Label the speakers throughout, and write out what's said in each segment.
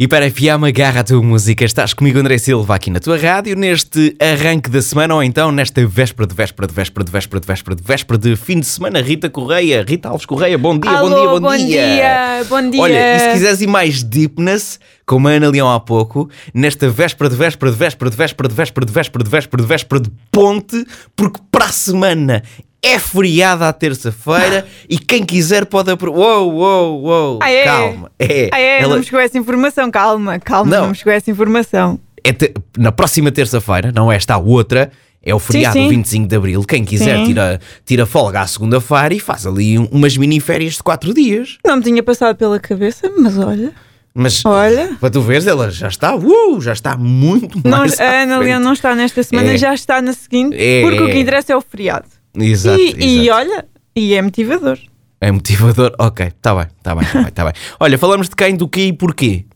Speaker 1: E para afiar uma garra à tua música, estás comigo, André Silva, aqui na tua rádio, neste arranque da semana, ou então nesta véspera de véspera de véspera de véspera de véspera de véspera de fim de semana. Rita Correia, Rita Alves Correia, bom dia,
Speaker 2: Alô,
Speaker 1: bom dia, bom,
Speaker 2: bom dia, bom dia.
Speaker 1: Olha, e se quiseres ir mais deepness, como a Ana Leão há pouco, nesta véspera de véspera de véspera de véspera de véspera de véspera de véspera de véspera de ponte, porque para a semana é feriado à terça-feira e quem quiser pode aproveitar. Uou, uou, uou,
Speaker 2: Ah, é?
Speaker 1: calma. É,
Speaker 2: Ah, é,
Speaker 1: Ela-
Speaker 2: não me chegou essa informação, calma, calma,
Speaker 1: Não.
Speaker 2: não, me chegou essa informação.
Speaker 1: é te- na próxima terça-feira, não esta, a outra, é o feriado
Speaker 2: sim.
Speaker 1: 25 de Abril. Quem quiser
Speaker 2: Sim.
Speaker 1: tira, tira folga à segunda-feira e faz ali um- umas mini-férias de 4 dias.
Speaker 2: Não me tinha passado pela cabeça, mas olha,
Speaker 1: Mas
Speaker 2: Olha.
Speaker 1: para tu veres, ela já está, uh, já está muito
Speaker 2: não,
Speaker 1: mais.
Speaker 2: a Ana Leão não está nesta semana,
Speaker 1: É.
Speaker 2: já está na seguinte,
Speaker 1: É,
Speaker 2: porque o
Speaker 1: é.
Speaker 2: que interessa é o feriado.
Speaker 1: não. Exato,
Speaker 2: e,
Speaker 1: exato.
Speaker 2: e olha, e é motivador.
Speaker 1: É motivador. Ok, está bem, está bem, está bem, tá bem. Olha, falamos de quem, do quê e porquê?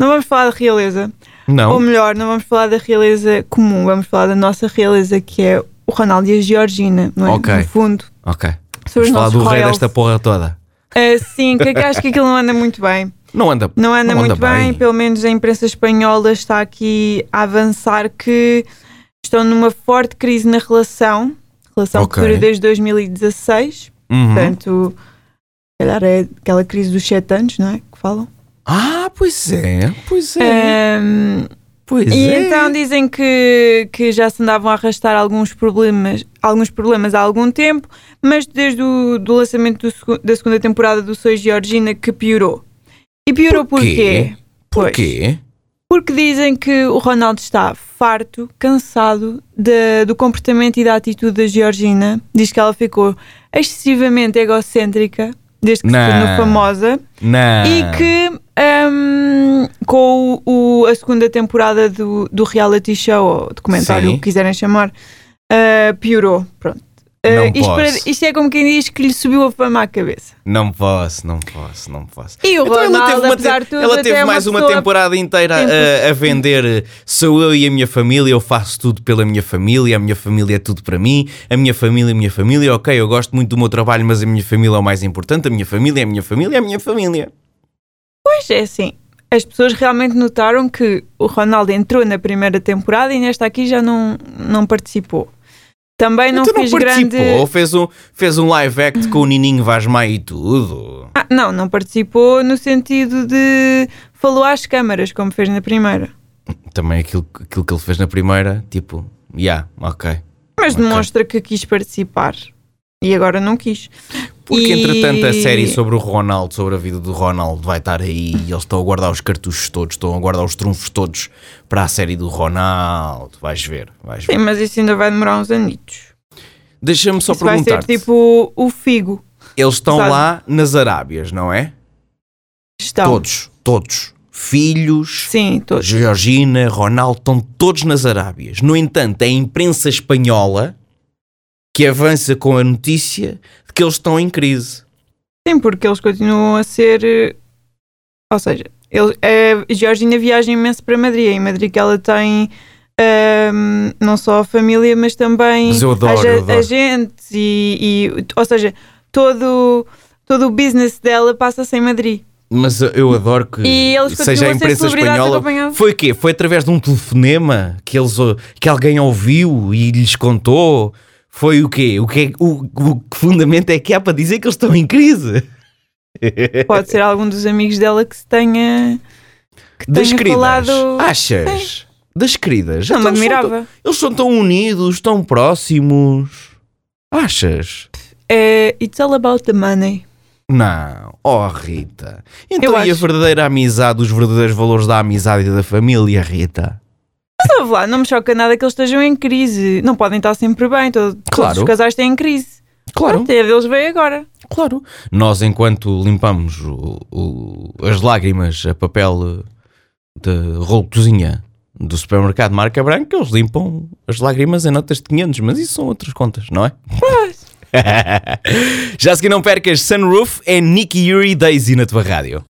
Speaker 2: Não vamos falar de realeza,
Speaker 1: Não.
Speaker 2: ou melhor, não vamos falar da realeza comum, vamos falar da nossa realeza que é o Ronaldo e a Georgina, não é?
Speaker 1: Ok.
Speaker 2: No fundo,
Speaker 1: Ok.
Speaker 2: são
Speaker 1: Vamos
Speaker 2: os
Speaker 1: falar
Speaker 2: nossos
Speaker 1: do rei
Speaker 2: royals.
Speaker 1: desta porra toda.
Speaker 2: Ah, sim, que é que acho que aquilo não anda muito bem.
Speaker 1: Não anda.
Speaker 2: Não anda muito bem, pelo menos a imprensa espanhola está aqui a avançar que estão numa forte crise na relação, relação
Speaker 1: Ok.
Speaker 2: que dura desde 2016,
Speaker 1: Uhum.
Speaker 2: portanto, se calhar é aquela crise dos 7 anos, não é? Que falam.
Speaker 1: Ah, pois é, pois é.
Speaker 2: Ahm,
Speaker 1: pois
Speaker 2: e
Speaker 1: é.
Speaker 2: então dizem que, que já se andavam a arrastar alguns problemas, alguns problemas há algum tempo, mas desde o do lançamento do segu- da segunda temporada do Sois Georgina que piorou. E piorou
Speaker 1: Porquê?
Speaker 2: porquê? Pois.
Speaker 1: Porquê?
Speaker 2: Porque dizem que o Ronaldo está farto, cansado de- do comportamento e da atitude da Georgina. Diz que ela ficou excessivamente egocêntrica desde que
Speaker 1: Não.
Speaker 2: se tornou famosa
Speaker 1: Não.
Speaker 2: e que hum, com o- o- a segunda temporada do, do reality show, ou documentário,
Speaker 1: Sim.
Speaker 2: o que quiserem chamar, ah, piorou. Pronto. Ah,
Speaker 1: Não
Speaker 2: isto, para-
Speaker 1: posso.
Speaker 2: isto é como quem diz que lhe subiu a fama à cabeça.
Speaker 1: Não posso, não posso, não posso.
Speaker 2: E o Ronaldo,
Speaker 1: Então uma te-
Speaker 2: apesar de tudo,
Speaker 1: ela
Speaker 2: até
Speaker 1: teve
Speaker 2: é
Speaker 1: mais uma,
Speaker 2: pessoa-
Speaker 1: temporada inteira a, a vender eh, sou eu e a minha família, eu faço tudo pela minha família, a minha família é tudo para mim, a minha família, a minha família, ok, eu gosto muito do meu trabalho, mas a minha família é o mais importante, a minha família, é a minha família, a minha família.
Speaker 2: Pois é assim. As pessoas realmente notaram que o Ronaldo entrou na primeira temporada e nesta aqui já não, não participou. Também não
Speaker 1: então não
Speaker 2: fez grande.
Speaker 1: participou, fez um, fez um live act com o Nininho Vasmai e tudo.
Speaker 2: Ah, não, não participou no sentido de falou às câmaras, como fez na primeira.
Speaker 1: Também aquilo, aquilo que ele fez na primeira, tipo, yeah, ok.
Speaker 2: Mas
Speaker 1: Ok.
Speaker 2: demonstra que quis participar. E agora não quis.
Speaker 1: Porque
Speaker 2: E-
Speaker 1: entretanto a série sobre o Ronaldo, sobre a vida do Ronaldo, vai estar aí e eles estão a guardar os cartuchos todos, estão a guardar os trunfos todos para a série do Ronaldo. Vais ver, vais ver.
Speaker 2: Sim, mas isso ainda vai demorar uns anitos.
Speaker 1: Deixa-me só
Speaker 2: Isso vai ser
Speaker 1: perguntar.
Speaker 2: tipo o Figo.
Speaker 1: eles estão
Speaker 2: sabe?
Speaker 1: lá nas Arábias, não é?
Speaker 2: Estão.
Speaker 1: Todos, todos. Filhos,
Speaker 2: Sim, todos.
Speaker 1: Georgina, Ronaldo, estão todos nas Arábias. No entanto, é a imprensa espanhola que avança com a notícia de que eles estão em crise.
Speaker 2: Sim, porque eles continuam a ser. eh, Ou seja, ele, a Georgina viaja imenso para Madrid. é Em Madrid que ela tem ahm, não só a família, mas também
Speaker 1: Mas eu adoro,
Speaker 2: as
Speaker 1: eu
Speaker 2: a-
Speaker 1: adoro.
Speaker 2: agentes e, e- Ou seja, todo, todo o business dela passa-se em Madrid.
Speaker 1: Mas eu- eu adoro que
Speaker 2: E eles
Speaker 1: seja a
Speaker 2: continuam a ser
Speaker 1: imprensa
Speaker 2: celebridades
Speaker 1: espanhola.
Speaker 2: acompanhadas.
Speaker 1: Foi o quê? Foi através de um telefonema que, eles, ou- que alguém ouviu e lhes contou? Foi o quê? O que, é- o, o que fundamento é que há para dizer que eles estão em crise?
Speaker 2: Pode ser algum dos amigos dela que se tenha. que
Speaker 1: Das
Speaker 2: tenha
Speaker 1: queridas. Ah,
Speaker 2: falado. É.
Speaker 1: Achas? Das queridas.
Speaker 2: não me
Speaker 1: Então eles são tão-
Speaker 2: admirava.
Speaker 1: Eles são tão unidos, tão próximos. Achas?
Speaker 2: É, it's all about the money.
Speaker 1: Não, oh Rita. Então e a
Speaker 2: acho.
Speaker 1: verdadeira amizade, os verdadeiros valores da amizade e da família, Rita?
Speaker 2: Mas ouve lá, não me choca nada que eles estejam em crise. Não podem estar sempre bem. todo-
Speaker 1: Claro.
Speaker 2: Todos os casais têm crise.
Speaker 1: Claro.
Speaker 2: Pronto, e a deles veio agora.
Speaker 1: Claro. Nós, enquanto limpamos o- o- as lágrimas a papel eh, de rolo de cozinha do supermercado Marca Branca, eles limpam as lágrimas em notas de 500, mas isso são outras contas, não é? Já a seguir, não percas Sunroof é Nicky Yuri Daisy na tua rádio.